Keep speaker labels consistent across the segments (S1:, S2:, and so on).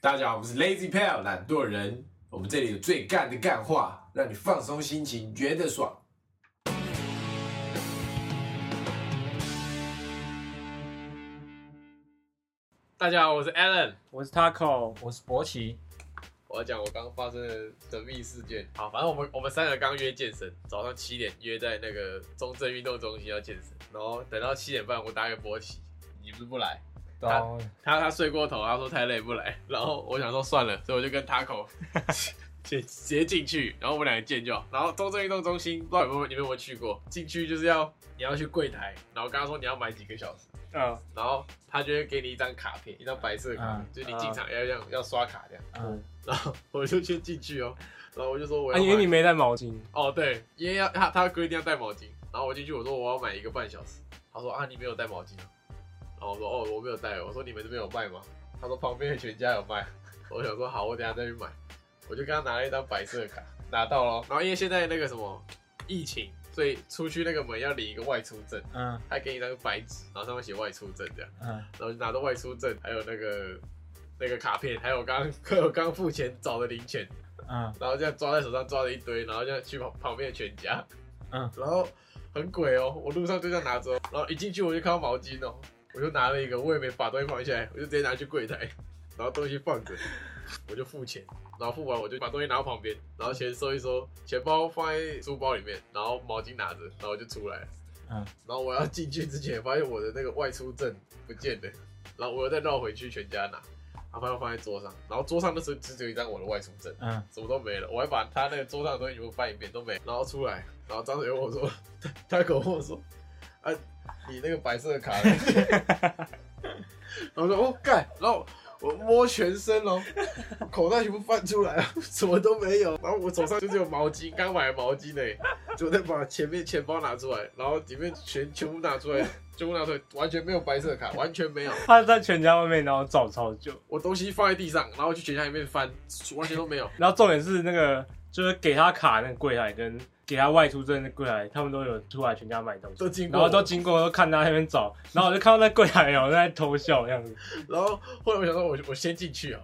S1: 大家好，我们是 Lazy Pal 懒惰人，我们这里有最干的干话，让你放松心情，觉得爽。
S2: 大家好，我是 Alan，
S3: 我是 Taco，
S4: 我是博奇，
S2: 我要讲我刚发生的神秘事件。好，反正我们我们三个刚约健身，早上七点约在那个中正运动中心要健身，然后等到七点半我打给博奇，你不是不来？
S4: 然
S2: 后他他睡过头，他说太累不来，然后我想说算了，所以我就跟 Taco 直接进去，然后我们两个见就好。然后中正运动中心不知道有没有你们有没有去过？进去就是要你要去柜台，然后跟他说你要买几个小时。
S3: 嗯，
S2: 然后他就会给你一张卡片，一张白色的卡片，
S4: 嗯
S2: 就是你进场要这样、要刷卡这样。
S4: 嗯，
S2: 然后我就先进去哦，然后我就说我
S3: 啊，
S2: 要买、
S3: 因为你没带毛巾，
S2: 哦对，因为要他他规定要带毛巾，然后我进去我说我要买一个半小时，他说啊你没有带毛巾啊，然后我说哦我没有带，我说你们这边有卖吗？他说旁边的全家有卖，我想说好我等一下再去买，我就跟他拿了一张白色的卡，拿到了，然后因为现在那个什么疫情，所以出去那个门要领一个外出证，
S4: 嗯
S2: 他给你一张白纸，然后上面写外出证这样。
S4: 嗯，
S2: 然后就拿着外出证，还有那个那个卡片，还有刚 还有刚付钱找的零钱，
S4: 嗯，
S2: 然后这样抓在手上抓了一堆，然后这样去旁旁边的全家，
S4: 嗯，
S2: 然后很鬼哦，我路上就这样拿着哦，然后一进去我就看到毛巾哦，我就拿了一个，我也没把东西放下来，我就直接拿去柜台，然后东西放着，我就付钱，然后付完我就把东西拿到旁边，然后钱收一收，钱包放在书包里面，然后毛巾拿着，然后我就出来了。
S4: 嗯，
S2: 然后我要进去之前，发现我的那个外出证不见了，然后我又再绕回去全家拿，然后把它放在桌上，然后桌上那时候只只有一张我的外出证，
S4: 嗯，
S2: 什么都没了，我还把他那个桌上的东西全部翻一遍都没，然后出来，然后张嘴问我说， 他他跟我说，啊，你那个白色的卡呢， 然后我说哦干，然后我摸全身哦，口袋全部翻出来了，什么都没有，然后我手上就只有毛巾，刚买的毛巾呢、就再把前面钱包拿出来，然后里面全全部拿出来，全部拿出来，完全没有白色的卡，完全没有。
S3: 他在全家外面，然后找超久，
S2: 我东西放在地上，然后去全家里面翻，完全都没有。
S3: 然后重点是那个就是给他卡那个柜台跟给他外出证的柜台，他们都有出来全家买东西，
S2: 都经过
S3: 然后都经过都看他那边找，然后我就看到那柜台有人在偷笑的 样子，
S2: 然后后来我想说我，我先进去啊，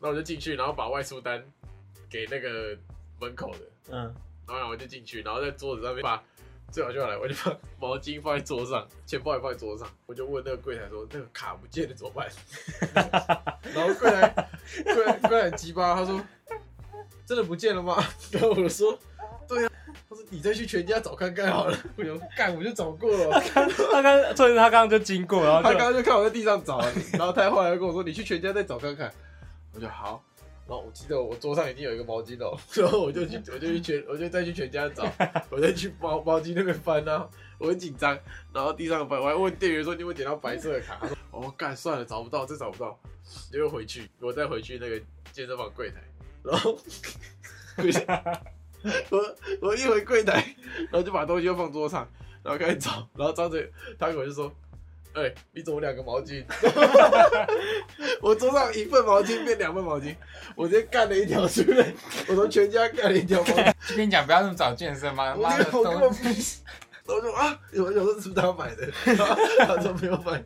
S2: 然后我就进去，然后把外出单给那个门口的，
S4: 嗯，
S2: 然后我就进去，然后在桌子上面把最好笑来，我就把毛巾放在桌上，钱包也放在桌上，我就问那个柜台说那个卡不见了怎么办？ 然后柜台柜台柜台很鸡巴，他说真的不见了吗？ 然后我说对啊，他说你再去全家找看看好了。 我想说干我就找过了，
S3: 他刚重点是他刚刚就经过，然后
S2: 他
S3: 就
S2: 刚刚就看我在地上找，然后他后来又跟我说：“你去全家再找看看。”我就好。然后我记得我桌上已经有一个毛巾了，然后我就去，我就去全，我就再去全家找，我再去毛毛巾那边翻啊，我很紧张。然后地上翻，我还问店员说：“你有没有捡到白色的卡？”他说：“哦，干算了，找不到，真找不到。”就又回去，我再回去那个健身房柜台，然后柜台，我我一回柜台，然后就把东西又放桌上，然后开始找，然后张嘴，他跟我就说：“哎、你怎么两个毛巾？ 我桌上一份毛巾变两份毛巾，我直接干了一条出来，我从全家干了一条毛巾，
S4: 就跟你讲不要那么早健身嘛，
S2: 我
S4: 妈的
S2: 那个我根
S4: 都
S2: 本不， 然 后我就啊，我想说是不是他买的， 然后他说没有买，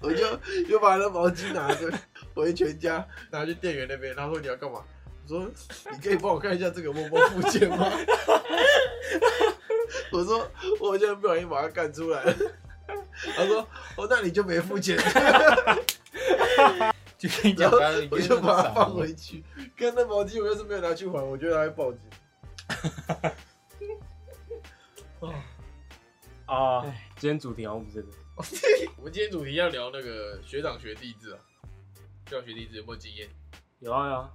S2: 我就又把那毛巾拿着回全家，拿去店员那边，他说你要干嘛？我说你可以帮我看一下这个摸摸附件吗？ 我说我现在不小心把它干出来了。他说：“哦，那你就没付 钱。”
S4: 就跟你
S2: 然
S4: 讲
S2: 后
S4: 不要
S2: 我就
S4: 那么
S2: 把它放
S4: 早
S2: 回去。跟那毛巾，我要是没有拿去还，我觉得他会报警。
S3: 啊，今天主题好像不是这个，
S2: 我们今天主题要聊那个学长学弟制啊，学长学弟制有没有经验？
S3: 有啊有啊，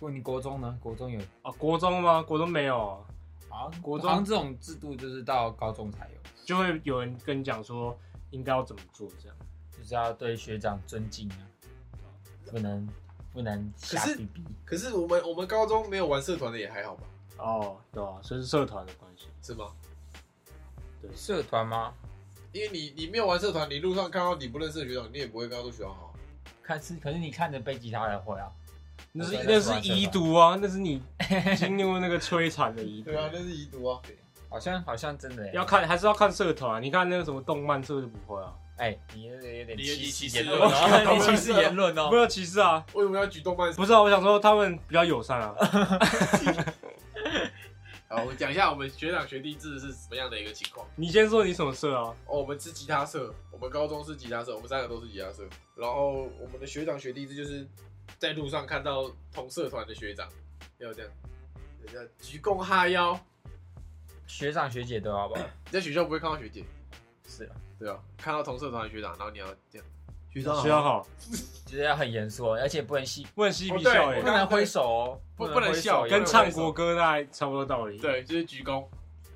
S4: 不，你国中呢？国中有
S3: 啊国中吗？国中没有啊、
S4: 啊？
S3: 国中
S4: 好像这种制度就是到高中才有，
S3: 就会有人跟你讲说应该要怎么做这样，
S4: 就是要对学长尊敬啊，不能不能瞎逼逼。
S2: 可是我们我们高中没有玩社团的也还好吧？
S3: 哦，对啊，所以是社团的关系。
S2: 是吗？
S4: 社团吗？
S2: 因为你你没有玩社团，你路上看到你不认识的学长，你也不会跟他说学长好。啊
S4: 看是，可是你看着背吉他的会啊，
S3: 那是
S4: 对
S3: 那
S4: 那
S3: 是
S4: 是完全
S3: 遗毒啊，那是你经历过那个摧残的遗毒。
S2: 对 啊，那是遗毒啊。
S4: 好像好像真的耶
S3: 要看还是要看社团啊、你看那个什么动漫社就不会啊，
S4: 哎，你那个有点
S5: 你
S4: 歧
S5: 你歧
S4: 视
S5: 视
S4: 言论哦，
S2: 人
S4: 你歧视言论
S3: 没
S4: 哦。
S3: 有歧视啊，
S2: 为什么要举动漫？
S3: 不是啊，我想说他们比较友善啊。
S2: 好，我讲一下我们学长学弟制是什么样的一个情况。
S3: 你先说你什么社啊？
S2: 哦，我们是吉他社，我们高中是吉他社，我们三个都是吉他社。然后我们的学长学弟制就是在路上看到同社团的学长，要这样，人家鞠躬哈腰。
S4: 学长学姐都要吧？
S2: 你在学校不会看到学姐，
S4: 是啊，
S2: 对啊，看到同社团的学长，然后你要这样。
S1: 学
S3: 学长好，
S4: 就是要很严肃哦，而且不能嬉，
S3: 问嬉皮
S2: 哦对
S3: 笑
S2: 我
S3: 哎
S4: 不
S2: 刚，
S4: 能挥手哦，
S2: 不
S4: 不
S2: 不
S4: 挥
S2: 能笑
S4: 手，
S3: 跟
S4: 也
S3: 唱国歌那还差不多道理。，
S2: 对，就是鞠躬，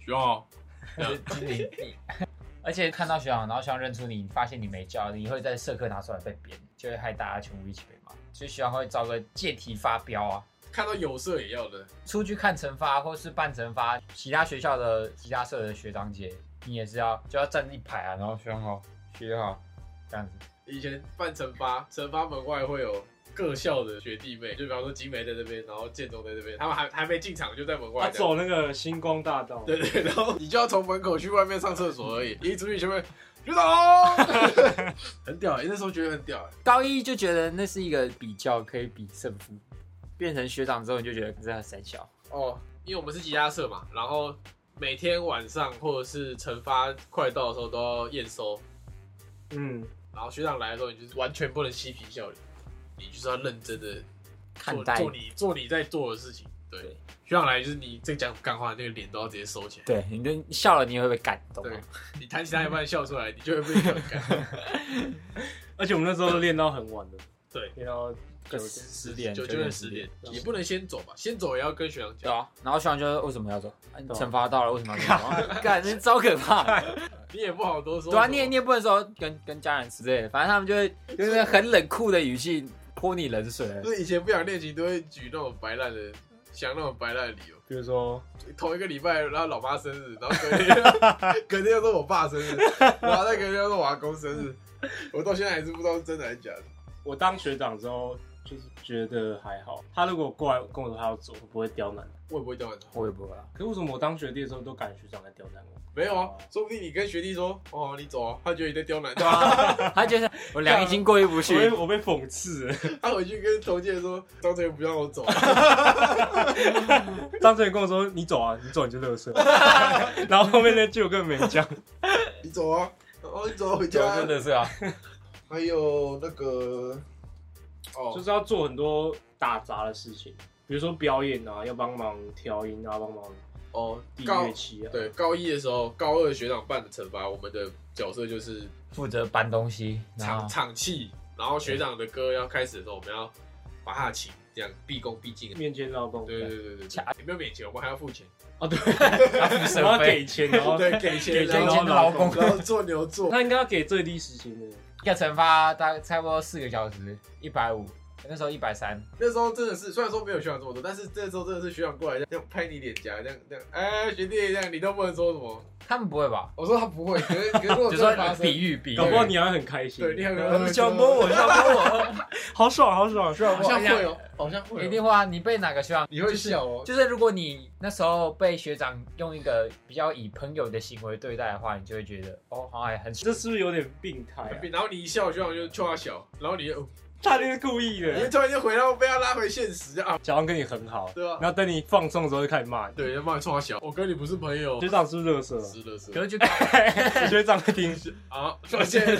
S2: 学长好。
S4: 不能就是你你。 而且看到学长，然后学长认出你，发现你没叫，你会在社课拿出来被编，就会害大家全部一起被骂。所以学长会找个借题发飙啊，
S2: 看到有社也要的，
S4: 出去看惩罚或是半惩罚，其他学校的其他社的学长姐，你也是要就要站一排啊，然后学长好，学好，这样子。
S2: 以前办惩罚，惩罚门外会有各校的学弟妹，就比方说金梅在这边，然后建中在这边，他们还还没进场就在门
S3: 他
S2: 外这样。
S3: 走那个星光大道，
S2: 对对，然后你就要从门口去外面上厕所而已，一出去前面学长， 很屌、欸，那时候觉得很屌、欸。
S4: 高一就觉得那是一个比较可以比胜负，变成学长之后你就觉得这很三小，
S2: 哦，因为我们是吉他社嘛，然后每天晚上或者是惩罚快到的时候都要验收，
S3: 嗯，
S2: 然后学长来的时候，你就是完全不能嬉皮笑脸，你就是要认真的
S4: 看
S2: 做
S4: 待
S2: 做你做你在做的事情。对，
S4: 对
S2: 学长来就是你在讲干话，那个脸都要直接收起来。
S4: 对，你就笑了，你会被感动啊、
S2: 对你弹吉他一半笑出来，你就会被很干。
S3: 而且我们那时候都练到很晚的，
S2: 对，
S3: 练到九
S4: 就
S3: 点
S4: 十。十点
S2: 九九点十点，也不能先走吧，先走也要跟学长
S4: 对
S2: 讲，
S4: 啊，然后学长就说为什么要走？啊你
S3: 对啊
S4: 惩罚到了为什么要 走？感觉超可怕的。
S2: 你也不好多说。
S4: 对啊，你也你也不能说跟跟家人之类的，反正他们就会用那个很冷酷的语气泼你冷水。
S2: 就是以前不想练琴，都会举那种白烂的，想那种白烂的理由。
S3: 比如说，
S2: 同一个礼拜，然后老妈生日，然后隔天隔天又是我爸生日，然后再隔天又是我阿公生 日，我到现在还是不知道是真的还是假的。
S3: 我当学长之后，就是觉得还好。他如果过来跟我说他要走，我不会刁难。
S2: 我也不会刁难他。
S4: 我也不会啊，
S3: 可是为什么我当学弟的时候都感觉学长在刁难我？
S2: 没有啊，说不定你跟学弟说，哦，你走啊，他觉得你在刁难
S4: 对
S2: 他，
S4: 啊，他觉得我良心过意
S3: 我
S4: 不
S3: 被
S4: 去，
S3: 我被讽刺了，
S2: 他回去跟同届说，张成不让我走、啊
S3: 张成宇跟我说：“你走啊，你 走你就乐色。”然后后面那句我根本没讲。
S2: 你走啊，哦，你走啊回
S4: 就
S2: 家啊、
S4: 真的是啊，
S2: 还有那个，
S3: 就
S2: 哦，
S3: 是要做很多打杂的事情，比如说表演啊，要帮忙调音啊，帮忙
S2: 哦，
S3: 递
S2: 高
S3: 乐器啊。
S2: 对高一的时候，高二学长办的惩罚，我们的角色就是
S4: 负责搬东西，然
S2: 场
S4: 后
S2: 场气，然后学长的歌要开始的时候，我们要把他的琴这样毕恭毕敬的。
S3: 面接劳动。
S2: 对对对对对，也没有免钱，我们还要付钱，
S3: 哦对，
S4: 要付
S3: 我要
S4: 生
S3: 给
S4: 费，
S3: 钱，然后
S2: 对，哦给钱，
S3: 给
S2: 然
S3: 钱
S2: 后
S4: 然后劳工
S2: 然后做牛做，
S3: 他应该要给最低时薪的。
S4: 要惩罚大概差不多四个小时，一百五，那时候一百三，
S2: 那时候真的是，虽然说没有学长这么多，但是那时候真的是学长过来这样拍你脸颊，这样这样，哎，学弟这样，你都不能说什么。
S4: 他们不会吧？
S2: 我说他不会，可是可是如 果
S4: 就
S2: 真的
S4: 说
S2: 发生，
S4: 比喻比喻
S3: 搞，不好你还很开心。
S2: 对，你很
S4: 呃想摸我，想摸我，
S3: 好爽，好爽，
S2: 好像会 哦，好像会哦，
S4: 一定会啊！你被哪个学长？
S2: 你会笑哦，
S4: 就是如果你那时候被学长用一个比较以朋友的行为对待的话，你就会觉得哦，好像还很
S3: 这是不是有点病态啊？
S2: 然后你一笑，学长就冲他笑，然后你就，哦
S3: 他就是故意
S2: 你就
S3: 的，
S2: 突然就回到被他拉回现实啊，
S3: 假装跟你很好，
S2: 对吧？
S3: 然后等你放松的时候就开始骂你。
S2: 对，他妈你冲他笑，我跟你不是朋友
S3: 学，长是不是乐色？
S2: 是的，是
S4: 可
S2: 的
S4: 是 就
S3: 学长会听，
S2: 啊，抱歉。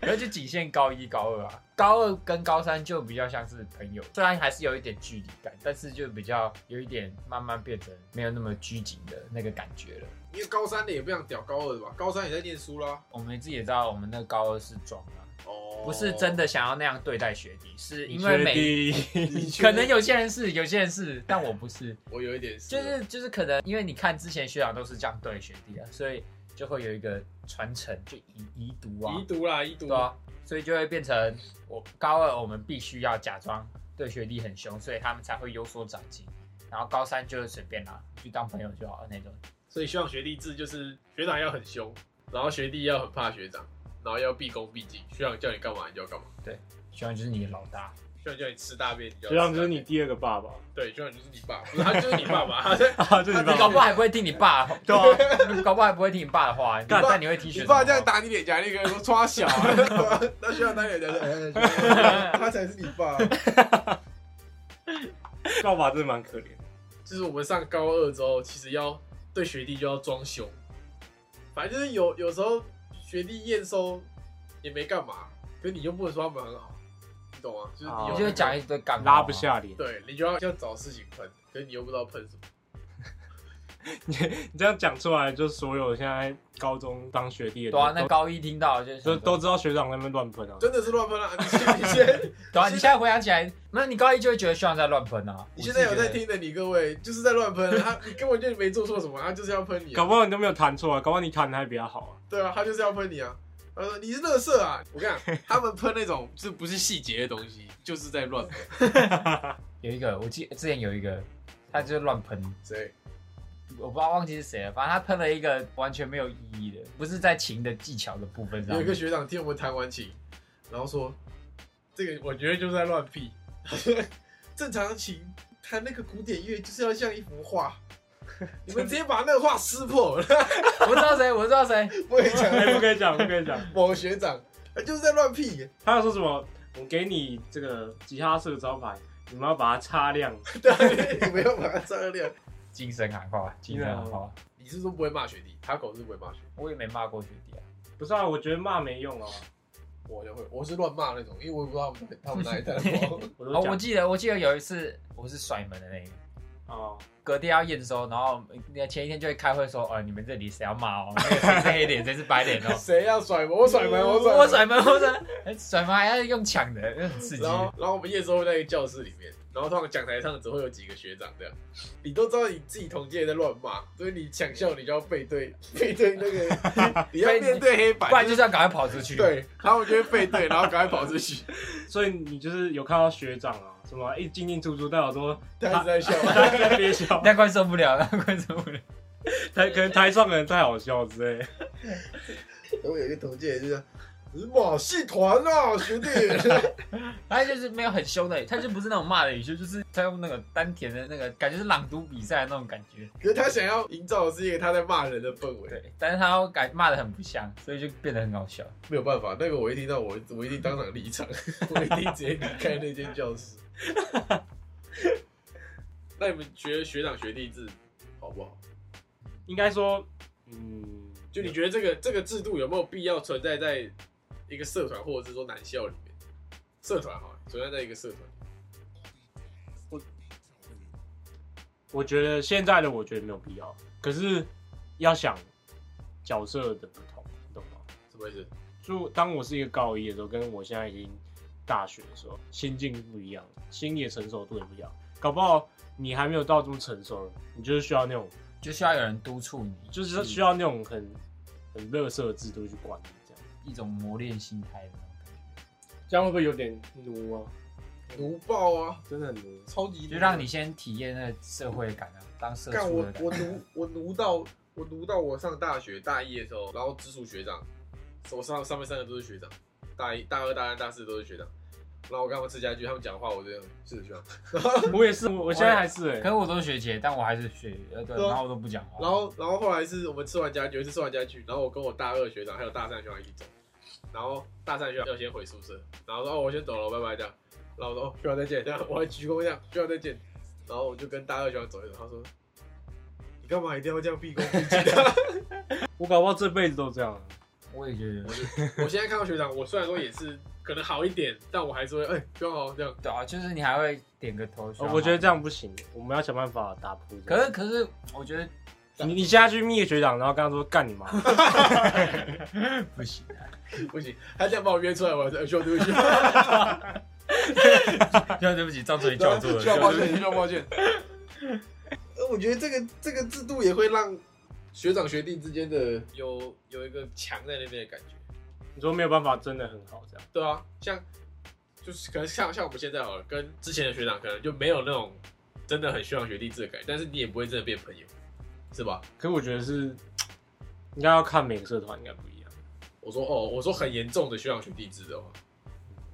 S4: 可是就仅限高一、高二啊，高二跟高三就比较像是朋友，虽然还是有一点距离感，但是就比较有一点慢慢变成没有那么拘谨的那个感觉了。
S2: 因为高三的也不想屌高二的吧？高三也在念书啦。
S4: 我们自己也知道，我们那个高二是装啊，
S2: 哦
S4: 不是真。的想要那样对待学弟，是因为
S3: 学
S4: 每
S3: 弟
S2: 你确
S4: 可能有些人是，有些人是，但我不是。
S2: 我有一点
S4: 就是就是可能因为你看之前学长都是这样对学弟啊，所以就会有一个传承，就遗遗毒啊
S2: 遗，毒啦，遗毒。
S4: 对啊，所以就会变成我高二我们必须要假装对学弟很凶，所以他们才会有所长进。然后高三就是随便啦，就当朋友就好了那种。
S2: 所以希望学弟制就是学长要很凶，然后学弟要很怕学长，然后要毕恭毕敬。学长叫你干嘛你就要干嘛。
S4: 学长就是你的老大，
S2: 学就像叫你吃大便，你就
S3: 学
S2: 要
S3: 长
S2: 吃
S3: 就
S2: 大
S3: 是你
S2: 便，
S3: 第二个爸爸，
S2: 对，就像就是你爸，不是他就是你爸爸，他在
S3: 啊，就是你
S4: 你
S3: 爸爸。
S4: 搞不好还不会听你爸，
S3: 对啊，
S4: 你 搞不好还不会听你爸的话，你
S3: 干
S4: 但你会听 学
S2: 你
S4: 长
S2: 爸这
S4: 的
S2: 样
S4: 话
S2: 打你脸颊，你可能说抓小啊， 那需要打脸颊 的，他才是你爸。
S3: 告爸真的蛮可怜的，
S2: 就是我们上高二之后，其实要对学弟就要装凶，反正就是有有时候学弟验收也没干嘛，可你又不能说他们很好，你懂吗？就是你
S3: 哦
S2: 有
S4: 你就会讲一堆干话
S3: 拉不，下脸。
S2: 对，你就要要找事情喷，可是你又不知道喷什么。
S3: 你这样讲出来，就所有现在高中当学弟的
S4: 对啊，那
S3: 都
S4: 高一听到就是
S3: 都都知道学长在那边乱喷啊。
S2: 真的是乱喷啊！你现你现，
S4: 对啊，你现在回想起来，没有你高一就会觉得学长在乱喷啊
S2: 你现在有在
S4: 我自己觉得？
S2: 听的你各位，就是在乱喷他，你根本就没做错什么，他就是要喷你、
S3: 搞
S2: 啊，
S3: 不好你都没有弹错啊，搞不好你弹的还比较好啊。
S2: 对啊，他就是要喷你啊。他说你是乐色啊！我跟你讲，他们喷那种是不是细节的东西，就是在乱喷。
S4: 有一个，我记之前有一个，他就是乱喷，
S2: 谁？
S4: 我不知道忘记是谁了，反正他喷了一个完全没有意义的，不是在琴的技巧的部分上
S2: 有一个
S4: 面。
S2: 学长听我们弹完琴，然后说这个我觉得就是在乱屁。 正常的琴弹那个古典乐就是要像一幅画， 你们直接把那个画撕破。
S4: 我知道谁，我知道谁，
S2: 我跟你
S3: 哎
S2: 讲，
S3: 不可以讲，不可以讲。
S2: 某学长他就是在乱屁，
S3: 他要说什么？我给你这个吉他社招牌，你们要把它擦亮。
S2: 对，你没有把它照亮。
S4: 精神喊话，精神喊话。
S2: 你是说不会骂学弟？他口是不会骂学弟，
S4: 我也没骂过学弟啊，
S3: 不是啊，我觉得骂没用 啊。
S2: 我就会，我是乱骂那种，因为我也不知道他们他们哪里弹 的，
S3: 我
S4: 哦
S3: 都，
S4: 我
S3: 讲
S4: 记得，我记得有一次我是甩门的那个，
S3: 哦，
S4: 隔天要验收，然后呃前一天就会开会说，哦，你们这里谁要骂哦，那个谁是黑脸，谁是白脸哦
S2: 谁要甩门？我 甩门，我甩门，
S4: 我甩门，我甩门，哎甩门还要用抢的，那很刺激
S2: 然。后，然后我们验收会在一个教室里面，然后通常讲台上只会有几个学长这样，你都知道你自己同届在乱骂，所以你抢校你就要背对 背对那个，你要面对黑板，
S4: 不然就是要赶快跑出去。，
S2: 对，然后我就会背对，然后赶快跑出去，
S3: 所以你就是有看到学长啊，什么一进进出出，但有时候
S2: 他一直在笑，
S3: 他在憋笑，
S4: 那快受不了， 那快受不了。
S3: 台可能台上的人太好笑之类的。
S2: 我有一个同届就是。马戏团啊，学弟！
S4: 他就是没有很凶的，他就不是那种骂的语气，就是他用那个丹田的那个感觉是朗读比赛的那种感觉。
S2: 可是他想要营造的是一个他在骂人的氛围，
S4: 对，但是他要感骂的很不像，所以就变得很搞笑。
S2: 没有办法，那个我一听到我我一定当场离 场，我一定直接离开那间教室。 那你们觉得学长学弟制好不好？
S3: 应该说，嗯，
S2: 就你觉得这个这个制度有没有必要存在在一个社团，或者是说男校里面？社团哈，存在在一个社团，
S3: 我觉得现在的我觉得没有必要，可是要想角色的不同，你懂吗？
S2: 什么意思？
S3: 就当我是一个高一的时候，跟我现在已经大学的时候，心境不一样，心理的成熟度也不一样。搞不好你还没有到这么成熟，你就是需要那种，
S4: 就需要有人督促你，
S3: 就是需要那种很很乐色的制度去管理，这样
S4: 一种磨练心态的那种感
S3: 这样会不会有点奴啊？
S2: 奴爆啊，
S3: 真的很奴。
S2: 超级啊
S4: 觉，就让你先体验那个社会感啊，当社
S2: 干
S4: 畜
S2: 我
S4: 的感
S2: 我
S4: 觉。
S2: 奴我奴到我奴到我上大学大一的时候，然后直属学长，我上上面三个都是学长，大一大二大三大四都是学长，然后我跟他们吃家具，他们讲话我这样是学长，
S3: 我也是，我我现在还是哎、
S4: 可是我都是学姐，但我还是学，呃，对，
S2: 对啊
S4: 然后我都不讲话。
S2: 然后，然后后来是我们吃完家具，有一次吃完家具，然后我跟我大二学长还有大三学长一起走，然后大三学长要先回宿舍，然后说哦我先走了，拜拜这样，然后我说哦学长再见，这样我还鞠躬这样学长再见，然后我就跟大二学长走一走，他说你干嘛一定要这样毕恭毕敬的？
S3: 我搞不好这辈子都这样啊。
S4: 我也觉得
S2: 我，就我现在看到学长，我虽然说也是可能好一点，但我还是会哎学长好这样，
S4: 对啊，就是你还会点个头。
S3: 呃我觉得这样不行，我们要想办法打破这
S4: 可
S3: 个。
S4: 是可是，我觉得
S3: 你你现在去灭学长，然后跟他说干你妈，
S4: 不行，
S2: 不行，他这样把我约出来，我说哎学长对不起，
S4: 要对不起，张嘴
S2: 然后
S4: 叫住了，
S2: 学长抱歉，
S4: 对啊
S2: 学长抱歉。 呃我觉得这个这个制度也会让学长学弟之间的有有一个墙在那边的感觉。
S3: 你说没有办法，真的很好这样。
S2: 对啊，像就是可能像像我们现在好了，跟之前的学长可能就没有那种真的很学长学弟制的感觉，但是你也不会真的变朋友，是吧？
S3: 可是我觉得是应该要看每个社团应该不一样。
S2: 我说哦，我说很严重的学长学弟制的话，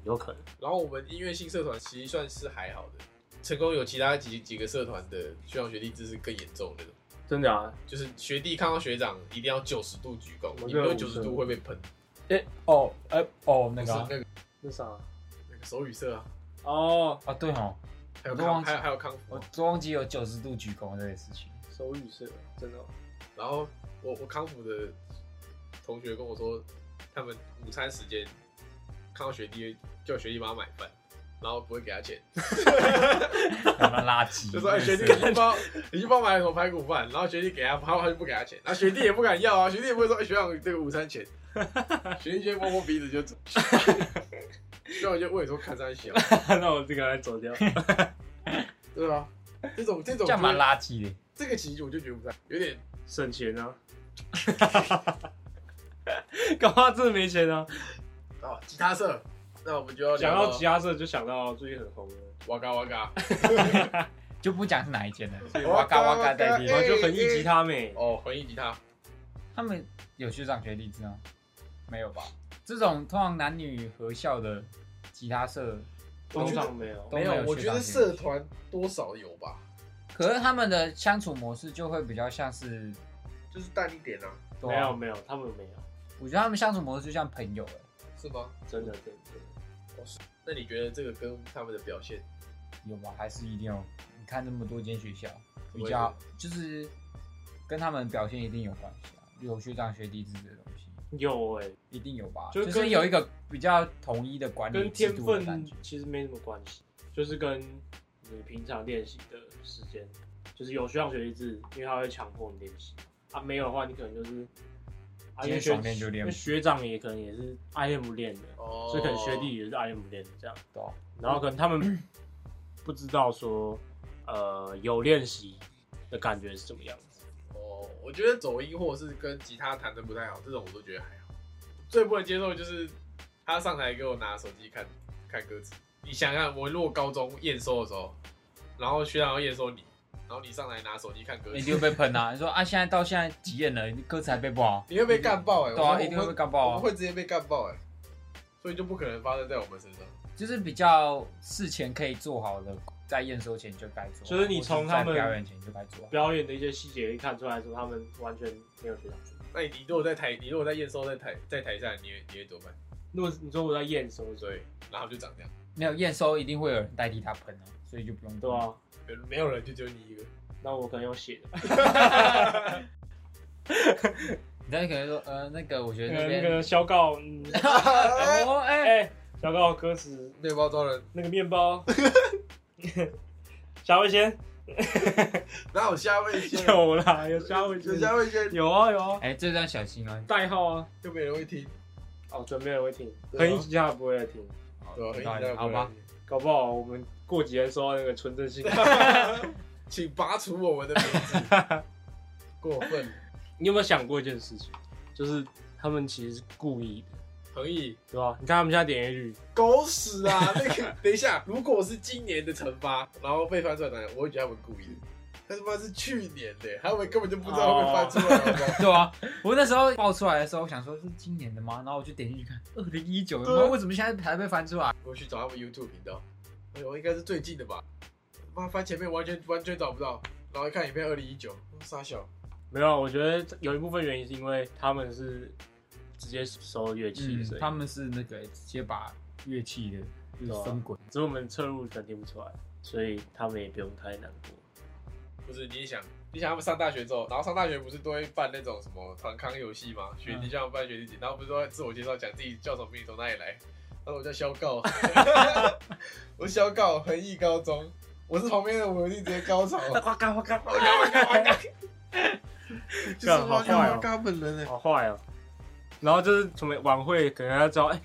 S3: 有可能。
S2: 然后我们音乐性社团其实算是还好的，成功有其他几几个社团的学长学弟制是更严重的那种，
S3: 真的啊，
S2: 就是学弟看到学长一定要九十度鞠躬
S3: 我，们
S2: 你没有
S3: 这
S2: 九
S3: 个
S2: 十度会被喷。
S4: 哎、哦，哎、哦，那
S2: 不是
S4: 个啊
S2: 那个
S3: 那啥，
S2: 那个手语社啊，
S3: 哦，
S4: 啊，对哦，
S2: 还有
S4: 我都忘
S2: 康，
S4: 记
S2: 还有还有康复
S4: 我
S2: 啊，
S4: 都忘记有九十度鞠躬这件事情。
S3: 手语社真的哦、
S2: 然后我我康复的同学跟我说，他们午餐时间看到学弟叫学弟帮他买饭，然后不会给他钱，
S4: 他妈垃 圾！
S2: 就说 哎学弟
S4: 真
S2: 你去帮你去帮我买什么排骨饭，然后学弟给他，他他就不给他钱，然后学弟也不敢要啊，学弟也不会说哎学长这个午餐 钱，学弟就摸摸鼻子就走，学长就问说看三小，
S3: 那我这个来 走掉。
S2: 对啊，这种这种
S4: 这样蛮
S2: 就会
S4: 垃圾的。
S2: 这个情绪我就觉得不太有点
S3: 省钱啊！ 搞不好真的没钱啊！
S2: 啊吉他社，那我们就要
S3: 讲
S2: 聊
S3: 到吉他社，就想到最近很红的，
S2: 哇嘎哇嘎
S4: 就不讲是哪一间了，所以
S2: 哇
S4: 哇
S2: 嘎
S4: 嘎
S2: 哇
S4: 哇
S2: 嘎
S4: 嘎在
S2: 哎
S4: 地
S3: 然。后就很一吉他妹，
S2: 哦混音吉他，
S4: 他们有学长学弟制吗？没有吧？这种通常男女合校的吉他社，
S3: 通常没有
S4: 都。没有
S2: 我
S4: 学
S2: 觉
S4: 长
S2: 得
S4: 学
S2: 社团多少有吧，
S4: 可是他们的相处模式就会比较像是，
S2: 就是淡一点啊，
S4: 对
S3: 没
S4: 啊
S3: 有没有，他们没有，
S4: 我觉得他们相处模式就像朋友、欸，
S2: 是吗？
S3: 真的真的。
S2: 那你觉得这个跟他们的表现，
S4: 有吧？还是一定有？你看这么多间学校，
S2: 怎
S4: 比
S2: 么会
S4: 较就是跟他们表现一定有关系啊，有学长学弟制这东西。
S3: 有哎、
S4: 一定有吧，
S3: 就
S4: 就是是
S3: 跟
S4: 有一个比较统一的管理
S3: 跟
S4: 制
S3: 天
S4: 度的感
S3: 分
S4: 觉。
S3: 其实没什么关系，就是跟你平常练习的时间，就是有学长学弟制，因为他会强迫你练习啊，没有的话你可能就是。啊，
S4: 今
S3: 因为
S4: 天
S3: 学
S4: 爽练就练
S3: 因为学长也可能也是 I M 练的，
S2: 哦
S3: 所以可能学弟也是 I M 练的这样。
S4: 对啊
S3: 然后可能他 们不知道说，呃，有练习的感觉是怎么样子。
S2: 哦，我觉得走音或者是跟吉他弹的不太好，这种我都觉得还好。最不能接受的就是他上台给我拿手机看看歌词。你想想，我如果高中验收的时候，然后学长要验收你，然后你上来拿手机看歌
S4: 一
S2: 词，
S4: 定会被喷啊！你说啊，现在到现在几点了，歌词还背不好，
S2: 你会被干爆哎、
S4: 对啊，
S2: 我
S4: 一定会被干
S2: 我
S4: 爆
S2: 们
S4: 啊！
S2: 会直接被干爆哎、所以就不可能发生在我们身上。
S4: 就是比较事前可以做好的，在验收前就该做，
S3: 就是你从他们
S4: 或是在表演前就该做。
S3: 表演的一些细节可以看出来说，他们完全没有学长学弟。
S2: 那你你如果在台，你如果在验收在台在台下，你会你会怎么办？
S3: 如果你说我在验收的时候，
S2: 所以然后就长这样，
S4: 没有验收，一定会有人代替他喷啊，所以就不用
S3: 对啊，
S2: 没没有人就只有你一个。
S3: 那我可能用写的，
S4: 你在可能说，呃，那个我觉得那
S3: 呃那
S4: 边，
S3: 个小稿，嗯，
S4: 哦，哎、
S3: 哎、小稿歌词
S2: 面包超人
S3: 那个面包， 虾味鲜
S2: 哪有虾味 鲜？
S3: 有 啦，有虾味鲜
S2: 有，虾味鲜
S3: 有啊有啊，
S4: 哎、这段小心哦、
S3: 代号啊，
S2: 就没人会听，
S3: 哦，准备人会听，
S2: 对啊
S3: 很一起他不会来听，
S2: 对吧？
S4: 有
S2: 应
S4: 道理
S2: 该不
S4: 好
S2: 会
S4: 吧，
S3: 搞不好我们过几天收到那个纯正信。
S2: 请拔除我们的名字， 过分，
S3: 你有没有想过一件事情？就是他们其实是故意的，
S2: 恒毅
S3: 对吧？你看他们现在点阅率，
S2: 狗屎啊！ 那个，等一下，如果是今年的惩罚，然后被翻出来的，我会觉得他们故意的。但他妈是去年的，他们根本就不知道会翻出来好不好。
S4: 对啊，我那时候爆出来的时候，我想说是今年的吗？然后我就点进去看，二零一九，
S2: 对啊
S4: 为什么现在才被翻出来？
S2: 我去找他们 YouTube 频道，哎呦，应该是最近的吧？妈翻前面完全完全找不到，然后一看影片二零一九，嗯傻小，
S3: 没有，我觉得有一部分原因是因为他们是直接收乐器的声音，
S4: 嗯他们是那个直接把乐器的就是
S2: 啊
S4: 分轨，
S3: 只是我们侧录可能听不出来，所以他们也不用太难过。
S2: 不是你想，你想他们上大学之后，然后上大学不是都会办那种什么团康游戏吗？学弟
S4: 嗯
S2: 叫他们办学弟姐，然后不是都会自我介绍，讲自己叫什么名字，从哪里来？他说我叫肖告， 我肖告，恒毅高中，我是旁边的我弟直接高潮，
S3: 哇嘎哇嘎哇
S2: 就是哇嘎哇嘎本人呢。
S3: 好坏哦！然后就是从晚会可能要知道，哎、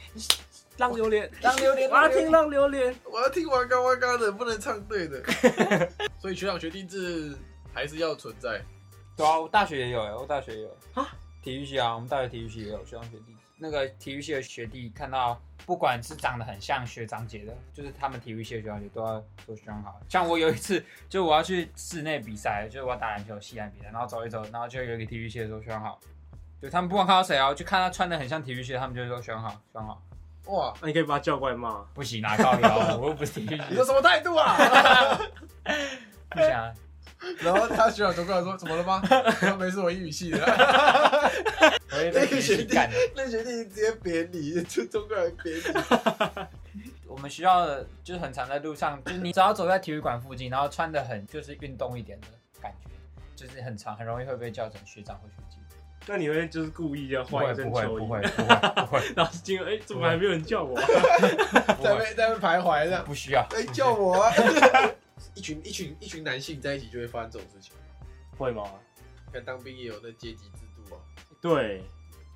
S3: 浪榴莲，
S4: 当榴
S3: 我要听浪榴莲。
S2: 我要听哇嘎哇嘎的，不能唱对的。所以学长学弟制还是要存在。
S4: 对啊，我大学也有哎、我大学也有啊，体育系啊，我们大学体育系也有学长学弟。那个体育系的学弟看到，不管是长得很像学长姐的，就是他们体育系的学长姐都要说学长好。像我有一次，就我要去室内比赛，就是我要打篮球、系篮比赛，然后走一走，然后就有一个体育系的说学长好。就他们不管看到谁啊，就看他穿的很像体育系的，他们就会说学长好，学长好。
S2: 哇，
S3: 那你可以把他叫过来骂。
S4: 不行啊，靠腰，我又不是体育
S2: 你
S4: 系
S2: 这，什么态度啊？
S4: 不行啊，
S2: 然后他学长就过来说：“怎么了吗？”我说：“没事，我英语系的。
S4: 我也 被体育系干。”
S2: 那学弟直接扁你， 就冲过来 扁你。
S4: 我们学校的就是很常在路上， 就是你只要走在体育馆附近，然后穿的很就是运动一点的感觉，就是很长，很容易会被叫成学长或学姐。
S3: 那你会就是故意要换一身
S4: 不会
S3: 球
S4: 不
S3: 衣，
S4: 会不会不会
S3: 然后进来，哎、怎么还没有人叫我、啊？
S4: 不
S2: 在
S4: 会，
S2: 被在被徘徊的，
S4: 不需要。
S2: 来叫我啊！ 一群一群一群男性在一起就会发生这种事情。
S3: 会吗？
S2: 看当兵也有那阶级制度啊，
S3: 对，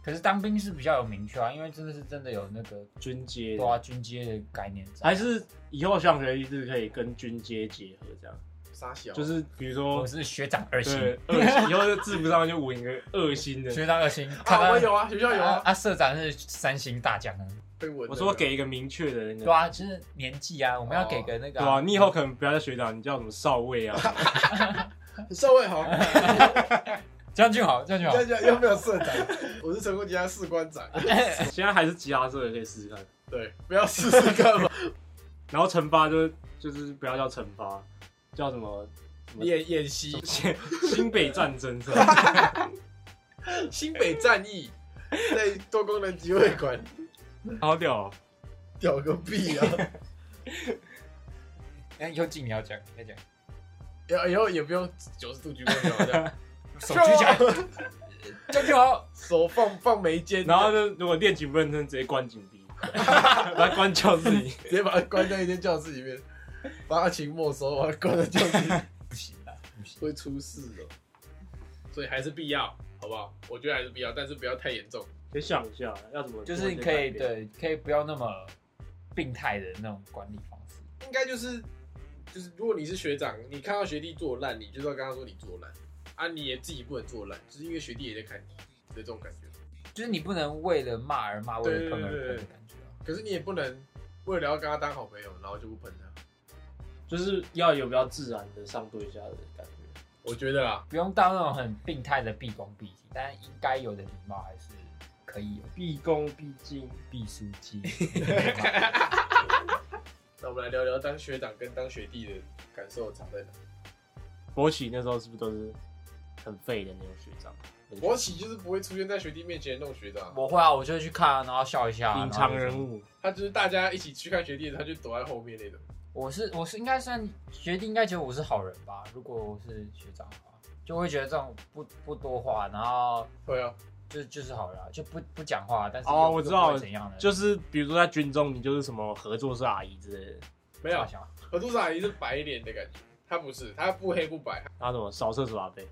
S4: 可是当兵是比较有明确啊，因为真的是真的有那个
S3: 军阶
S4: 对啊军阶的概念在。
S3: 还是以后上学一是可以跟军阶结合，这样
S2: 傻小啊
S3: 就是比如说
S4: 我是学长二星，
S3: 对二星，以后就制服上就纹一个二星的。
S4: 学长二星，看
S2: 啊，
S4: 到
S2: 我有啊，学校有
S4: 啊
S2: 啊，
S4: 啊社长是三星大将啊，
S2: 被我
S3: 我说给一个明确的那
S4: 对
S3: 个，
S4: 啊，就是年纪啊，我们要给个那个、
S3: 对吧、你以后可能不要叫学长，你叫什么少尉 啊？
S2: 社会 好，
S4: 将军好，将军好
S2: 大，家又没有社长，我是成功吉他士官长。
S3: 现在还是吉他社的可以试试看。
S2: 对，不要试试干嘛？
S3: 然后惩罚就就是不要叫惩罚，叫什么
S2: 演演习，
S3: 新新北战争是 吧？
S2: 新北战役，在多功能集会馆
S3: 好屌、哦！
S2: 屌个屁啊！
S4: 哎，有景你要讲，你要
S2: 以后
S4: 讲，
S2: 以后也不用九十度鞠躬了这样，
S4: 手举起来， 将军好，
S2: 手放放眉间，
S3: 然后就如果练习不认真，直接关紧 闭，把它关教室里。
S2: 直接把他关在一间教室里面，把他琴没收，把他关在教室里面，
S4: 不行啊，不行，
S2: 会出事哦的。所以还是必要，好不好？我觉得还是必要，但是不要太严重。
S3: 先想一下要怎么，
S4: 就是你可以，对，可以不要那么病态的那种管理方式。
S2: 应该就是就是，如果你是学长，你看到学弟做烂，你就是要跟他说你做烂啊，你也自己不能做烂，就是因为学弟也在看你的这种感觉。
S4: 就是你不能为了骂而骂，为了喷而喷的感觉啊。
S2: 可是你也不能为了要跟他当好朋友，然后就不喷他。
S3: 就是要有比较自然的上对下的感觉。
S2: 我觉得啦，
S4: 不用到那种很病态的毕恭毕敬，但应该有的礼貌还是可以有。
S3: 毕恭毕敬，
S4: 毕书尽，
S2: 那我们来聊聊当学长跟当学弟的感受差在哪。
S3: 博起那时候是不是都是很废的那种学长？
S2: 博起就是不会出现在学弟面前的那种学长啊，
S4: 我会啊，我就会去看啊，然后笑一下啊。
S3: 隐藏
S4: 然后就
S3: 人
S4: 是。
S3: 物，
S2: 他就是大家一起去看学弟，他就躲在后面那种。
S4: 我是我是应该算学弟，应该觉得我是好人吧？如果我是学长的话，就会觉得这种不不多话，然后
S2: 会啊，
S4: 就就是好人啊，就不不讲话，但是
S3: 哦
S4: 又
S3: 我知道
S4: 又不会怎样的，
S3: 就是比如说在军中，你就是什么合作社阿姨之类的，
S2: 没有
S4: 傻，笑
S2: 合作社阿姨是白脸的感觉，他不是，他不黑不白。
S3: 然后什么扫厕所阿啊伯，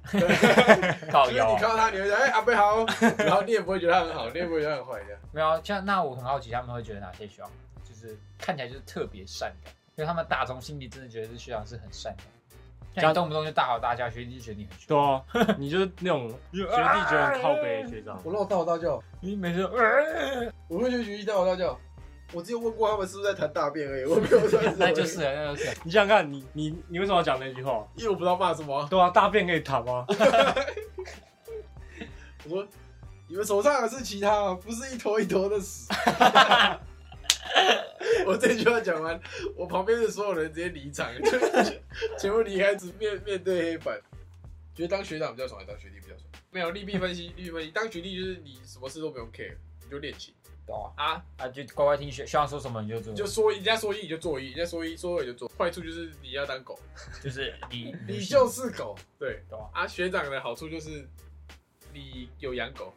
S4: 靠
S2: 就是
S4: 腰
S2: 你
S4: 啊
S2: 看到他，你会觉得哎、阿贝 好，然后你也不会觉得他很好，你也不会觉得他很坏这样。
S4: 没有啊，像那我很好奇，他们会觉得哪些学长就是看起来就是特别善良，因为他们打从心里真的觉得这学长是很善良，像你动不动就大吼大叫，学弟就觉得你很
S3: 对
S4: 凶，
S3: 啊，你就是那 种学弟觉得很靠背的学长，
S2: 我让我大吼大叫，
S4: 你每次都呃
S2: 我会去学弟大吼大叫。我只有问过他们是不是在谈大便而已，我没有说
S4: 那就是了那就是了，
S3: 你想想看，你你你为什么要讲那句话？
S2: 因为我不知道骂什么啊。
S3: 对啊，大便可以谈 吗？
S2: 我说你们手上的是其他，不是一坨一坨的 屎。我这句话讲完，我旁边的所有人直接离场， 就全部离开，只面面对黑板。觉得当学长比较爽，还是当学弟比较爽？没有利弊分析，利弊分析。当学弟就是你什么事都不用 care，你就练琴
S4: 懂啊
S2: 啊，
S4: 啊，就乖乖听学学长说什么你就做，
S2: 你就说人家说一你就做一，人家说一说二你就做。坏处就是你要当狗，
S4: 就是你
S2: 你就是狗。对
S4: 懂啊，
S2: 啊，学长的好处就是你有养 狗，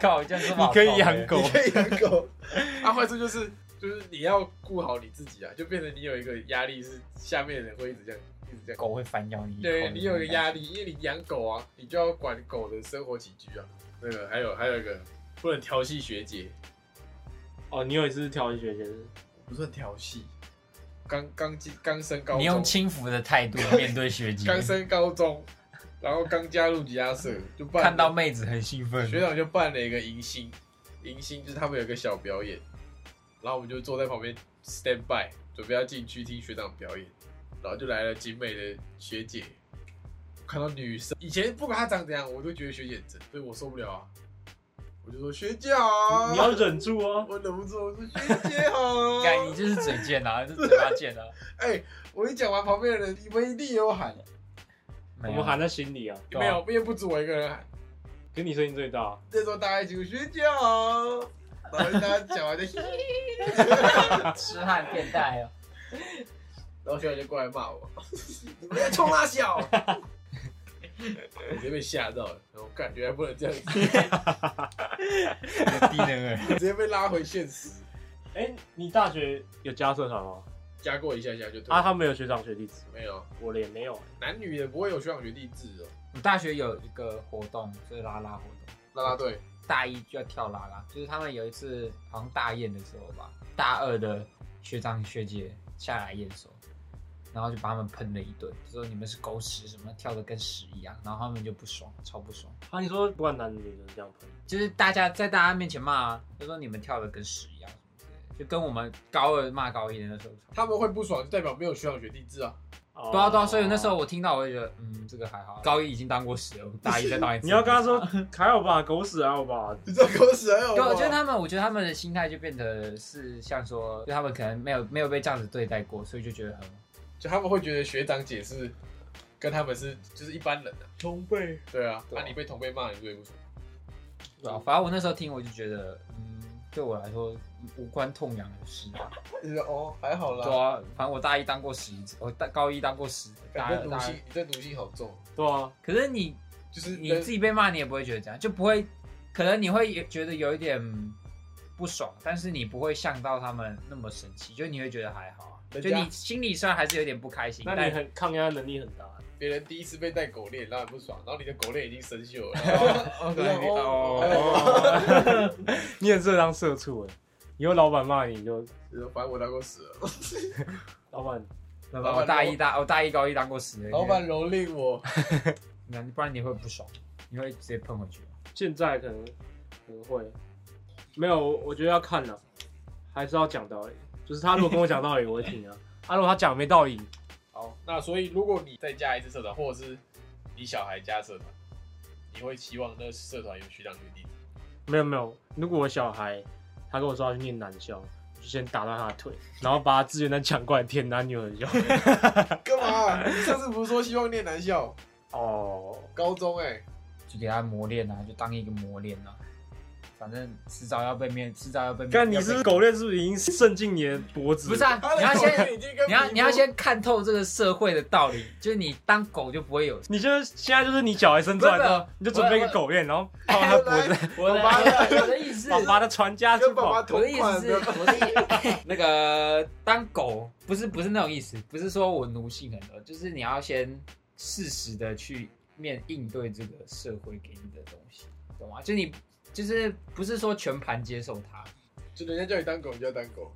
S4: 靠，这样子
S3: 你可以养狗
S2: 你，可以养狗。 啊，坏处就是就是你要顾好你自己啊，就变成你有一个压力，是下面的人会一直这样一直这样。
S4: 狗会反咬你，
S2: 对你有一个压
S4: 力，
S2: 力，因为你养狗啊，你就要管狗的生活起居啊。那个还有还有一个不能调戏学姐，
S3: 哦，你有一次调戏学姐，
S2: 不算调戏，刚刚进刚升高
S4: 你用
S2: 中，
S4: 轻浮的态度面对学姐，
S2: 刚升高中，然后刚加入吉他社，就办了
S4: 看到妹子很兴奋，
S2: 学长就办了一个迎新，迎新就是他们有一个小表演，然后我们就坐在旁边 stand by，准备要进去听学长表演，然后就来了景美的学姐，看到女生，以前不管她长怎样，我都觉得学姐很正，所以我受不了啊。我就说学姐好，
S3: 你要忍住哦。
S2: 我忍不住，我说学姐 好。
S4: 该你这是嘴贱啊，这是嘴巴贱啊。
S2: 哎、我一讲完，旁边的人你们一定也有喊，
S3: 我们喊在心里啊，
S4: 对啊
S2: 没有，也不止我一个人喊。
S3: 可你声音最大，
S2: 那时候大家一起说学姐好，然后大家讲完就 嘿嘿嘿，
S4: 痴汉变态哦。
S2: 然后学长就过来骂我，你们在冲他笑，我直接被吓到了，然后感觉还不能这样子，
S4: 低能儿。
S2: 直接被拉回现实，
S3: 哎、你大学有加社团吗？
S2: 加过一下下就对
S3: 啊，
S2: 了。
S3: 他们有学长学弟制吗，
S2: 没有，
S3: 我的也没有、哎
S2: 男女也不会有学长学弟制哦。
S4: 我大学有一个活动，就是拉拉活动，
S2: 啦啦队，
S4: 大一就要跳拉拉，就是他们有一次好像大宴的时候吧，大二的学长学姐下来验收，然后就把他们喷了一顿，就说你们是狗屎什么，跳的跟屎一样，然后他们就不爽，超不爽，
S3: 啊，你说不管男女都这样喷，
S4: 就是大家在大家面前骂、啊，就说你们跳的跟屎一样什么之类的，就跟我们高二骂高一的那时候差不多。
S2: 他们会不爽，就代表没有学长学弟制啊。
S3: 哦
S4: 对啊对啊，所以那时候我听到我就觉得，嗯，这个还好。高一已经当过屎了，我们大一 再当一次。
S3: 你要跟他说嗯还好吧，狗屎还好吧，
S2: 你这狗屎还有
S4: 对，啊
S2: 吗？
S4: 我觉得他们，我觉得他们的心态就变得是像说，就他们可能没有没有被这样子对待过，所以就觉得很
S2: 就他们会觉得学长姐是跟他们是就是一般人啊。
S3: 同辈，
S2: 对啊，
S4: 对
S2: 那、
S4: 啊
S2: 你被同辈骂，你最不爽。
S4: 对
S3: 嗯
S4: 啊。反正我那时候听，我就觉得，嗯，对我来说无关痛痒的事啊。
S2: 就是哦，还好
S4: 对。啊，反正我大一当过屎一次，我大高一当过屎，大
S2: 感
S4: 二
S2: 觉
S4: 大
S2: 毒
S4: 二
S2: 性，。你这毒性好重，
S3: 对啊，
S4: 可是你
S2: 就是
S4: 你自己被骂，你也不会觉得这样，就不会，可能你会也觉得有一点不爽，但是你不会像到他们那么生气，就你会觉得还好啊。
S2: 人
S4: 就
S2: 家
S4: 你心里虽然还是有点不开心，
S3: 那
S4: 但
S3: 你很抗压能力很大，
S2: 别人第一次被戴狗链，然后很不爽，然后你的狗链已经生锈 了，
S4: 哦
S2: 对你
S3: 哦，你很适合当社畜哎，以后老板骂你你就
S2: 然后反正我当过屎了，
S3: 老板，
S4: 老板，我大一大我大一高一当过十年，
S2: 老板蹂躏我，
S4: 那不然你会不爽，你会直接喷回去。
S3: 现在可能可能会没有，我我觉得要看了，还是要讲道理，就是他如果跟我讲道理，我会听啊， 啊如果他讲没道理，
S2: 好，那所以如果你再加一次社团，或者是你小孩加社团，你会期望那社团有学长学弟 制？
S3: 没有没有，如果我小孩他跟我说要去念男校，我就先打断他的腿，然后把他志愿单抢过来填男女合校。
S2: 干嘛？啊你上次不是说希望念男校？
S3: 哦，
S2: 高中哎、
S4: 就给他磨练啊，就当一个磨练啊，反正迟早要被面，迟早要被面。
S3: 看你是不是狗
S4: 要被？
S3: 链是不是已经渗进你的脖子？
S4: 不是啊，
S2: 他
S4: 你
S2: 的
S4: 要
S2: 狗链
S4: 先，
S2: 已经跟
S4: 你要
S2: 皮
S4: 你要
S2: 肤
S4: 先看透这个社会的道理，就是你当狗就不会有。
S3: 你就是现在就是啊你脚还伸出来，
S4: 不是
S3: 然后你就准备一个狗链，然后放
S2: 我
S3: 他脖子，
S4: 我的
S2: 爸爸
S4: 我的意思
S3: 把把他传家之
S2: 跟爸爸
S3: 宝。
S2: 同
S4: 我的意
S2: 款
S4: 思是，我的意 那个当狗不是不是那种意思，不是说我奴性很多，就是你要先适时的去面应对这个社会给你的东西，懂吗？就你就是不是说全盘接受它，
S2: 就人家叫你当狗，你就要当 狗。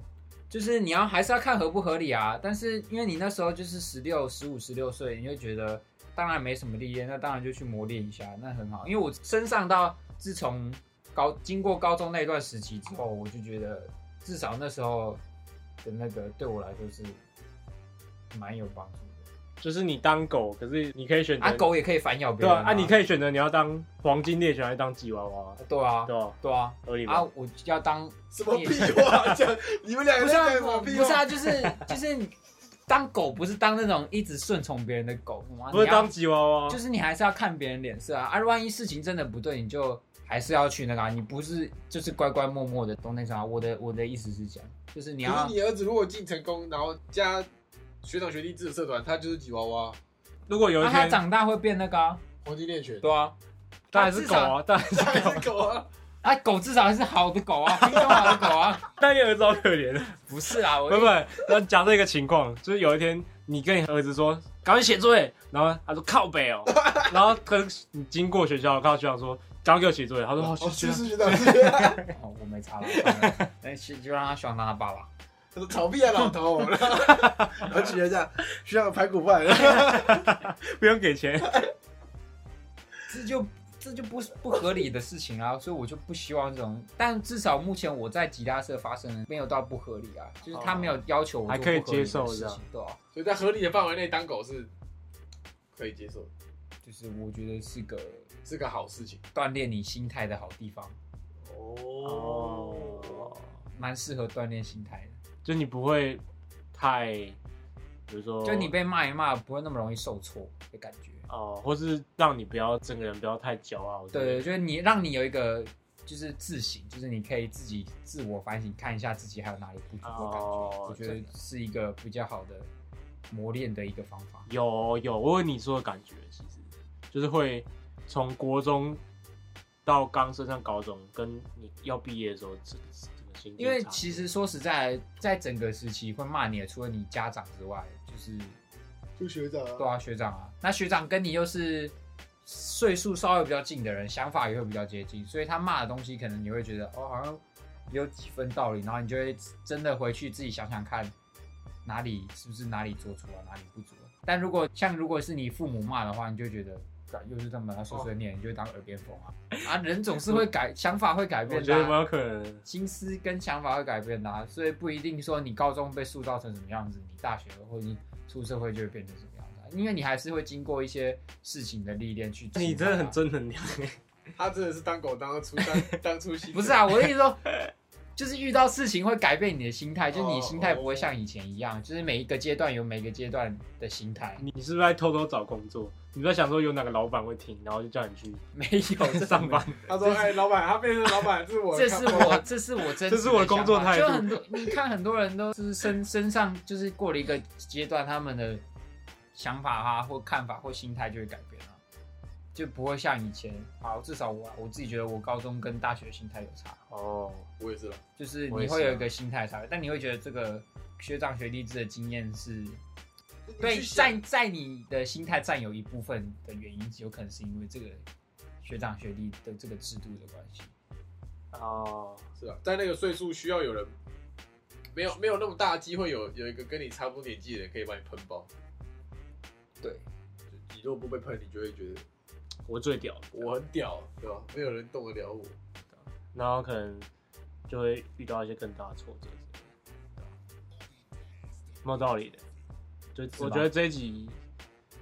S4: 就是你要还是要看合不合理啊。但是因为你那时候就是十六、十五、十六岁，你就觉得当然没什么历练，那当然就去磨练一下，那很好。因为我身上到自从高经过高中那段时期之后，我就觉得至少那时候的那个对我来说是蛮有帮助的。
S3: 就是你当狗，可是你可以选择
S4: 啊，狗也可以反咬别
S3: 对
S4: 人
S3: 啊，啊你可以选择你要当黄金猎犬还是当吉娃娃，
S4: 对啊，
S3: 对吧？
S4: 对啊，
S3: 合理吧
S4: 啊，？我要当
S2: 什么屁话讲？你们两个
S4: 不
S2: 在
S4: 是啊
S2: 讲什，么
S4: 不
S2: 屁
S4: 是
S2: 话？
S4: 啊，就是就是你当狗不是当那种一直顺从别人的狗吗？
S3: 不是
S4: 你要
S3: 当吉娃娃，
S4: 就是你还是要看别人脸色啊，啊，万一事情真的不对，你就还是要去那个、啊，你不是就是乖乖默默的懂那啥。我的我的意思是讲，就是你
S2: 可
S4: 要啊
S2: 是你儿子如果进成功，然后加学长学弟制的社团，他就是吉娃娃、
S3: 如果有一
S4: 啊，他
S3: 天，
S4: 长大会变那个、啊，
S2: 黄金猎犬，
S4: 对啊，
S3: 当然是狗啊，当 然
S2: 这还是狗 啊？
S4: 啊，狗至少还是好的狗啊， 品种好的狗啊，
S3: 但你儿子好可怜啊。
S4: 不是啊， 我
S3: 不不，那假设一个情况，就是有一天你跟你儿子说赶快写作业，然后他说靠北 哦，然后可是你经过学校，看到学长说赶快给我写作业，他
S4: 啊
S3: 说好，
S2: 哦，
S3: 学
S2: 是
S3: 长
S2: 是学长，是学长，
S4: 哦我 没差了，算了那就就让他喜欢当他爸爸。
S2: 他说 草屁啊，老 头！然后学长学长有排骨饭，
S3: 不用给钱，
S4: 这就这就不不合理的事情啊，所以我就不希望这种。但至少目前我在吉他社发生的没有到不合理啊，就是他没有要求我
S3: 哦还
S4: 做
S3: 可以
S4: 不合理的
S3: 接受
S4: 事
S3: 这样
S4: 情，对啊，
S2: 所以在合理的范围内当狗是可以接受的，
S4: 就是我觉得是个
S2: 是个好事情。
S4: 锻炼你心态的好地方。
S2: 哦，
S4: 蛮适合锻炼心态的。
S3: 就你不会太，比如说，
S4: 就你被骂一骂，不会那么容易受挫的感觉。
S3: 哦、或是让你不要整个人不要太骄傲。
S4: 对，就是你让你有一个就是自省，就是你可以自己自我反省，看一下自己还有哪里不足的感觉。
S3: 哦
S4: 我觉得
S3: 真的
S4: 是一个比较好的磨练的一个方法。
S3: 有有，我有你说的感觉，其实就是会从国中到刚升上高中，跟你要毕业的时候，整整个心境
S4: 因为
S3: 差
S4: 其实说实在，在整个时期会骂你的，除了你家长之外，就是
S2: 就学长啊
S4: 对啊学长啊。那学长跟你又是岁数稍微比较近的人，想法也会比较接近，所以他骂的东西可能你会觉得哦，好像有几分道理，然后你就会真的回去自己想想看，哪里是不是哪里做错了，哪里不足了。但如果像如果是你父母骂的话，你就会觉得。干又是这么碎碎念，你就会当耳边风啊！啊，人总是会改，想法会改变
S3: 我
S4: 的
S3: 觉
S4: 啊、
S3: 得蛮有可能的。
S4: 心思跟想法会改变的、啊，所以不一定说你高中被塑造成什么样子，你大学或者你出社会就会变成什么样子啊、因为你还是会经过一些事情的历练去。
S3: 哎
S4: 啊
S3: 你真的很，正能量欸，
S2: 他真的是当狗当到出 当当出心，
S4: 不是啊？我的意思说，就是遇到事情会改变你的心态，就是你心态不会像以前一样，就是每一个阶段有每个阶段的心态。
S3: 你是不是在偷偷找工作？你在想说有哪个老板会听，然后就叫你去
S4: 没有这
S3: 上班？
S2: 他说：“哎，老板，他变成老板是我的
S4: 这
S2: 看
S4: 是
S2: 法，
S4: 我，这是我真，
S3: 这是我的工作态度
S4: 就很多，你看很多人都就是身身上就是过了一个阶段，他们的想法啊或看法或心态就会改变了、就不会像以前。好，至少我我自己觉得我高中跟大学心态有差，
S3: 哦，
S2: 我也是了。
S4: 就是
S3: 我
S4: 你
S3: 也是啊
S4: 会有一个心态差别，但你会觉得这个学长学弟制的经验是。对，
S2: 你去想
S4: 在在你的心态占有一部分的原因，有可能是因为这个学长学弟的这个制度的关系。
S3: 哦，
S2: 是啊，在那个岁数需要有人，没有没有那么大的机会有有一个跟你差不多年纪的人可以把你喷爆。
S4: 对，
S2: 就你如果不被喷，你就会觉得
S3: 我最屌，
S2: 我很屌，对吧？没有人动得了我。
S3: 然后可能就会遇到一些更大的挫折之类的，啊没有道理的。就
S4: 是吧
S3: 我觉得这一集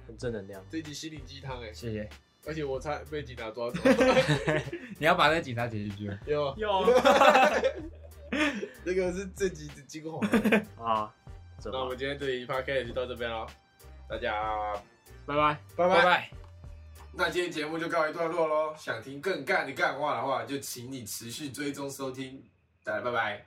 S3: 很正能量，
S2: 这一集心灵鸡汤哎，
S4: 谢谢。
S2: 而且我差被警察抓走，
S4: 你要把那警察解决。
S2: 有
S3: 有
S2: 这个是这集的精 华。那
S3: 啊，走吧
S2: 我们今天这一 p o d c a 就到这边了，大家
S3: 拜拜。
S2: 拜
S4: 拜
S2: 拜。
S4: 拜。
S1: 那今天节目就告一段落喽。想听更干的干话的话，就请你持续追踪收听。大家拜拜。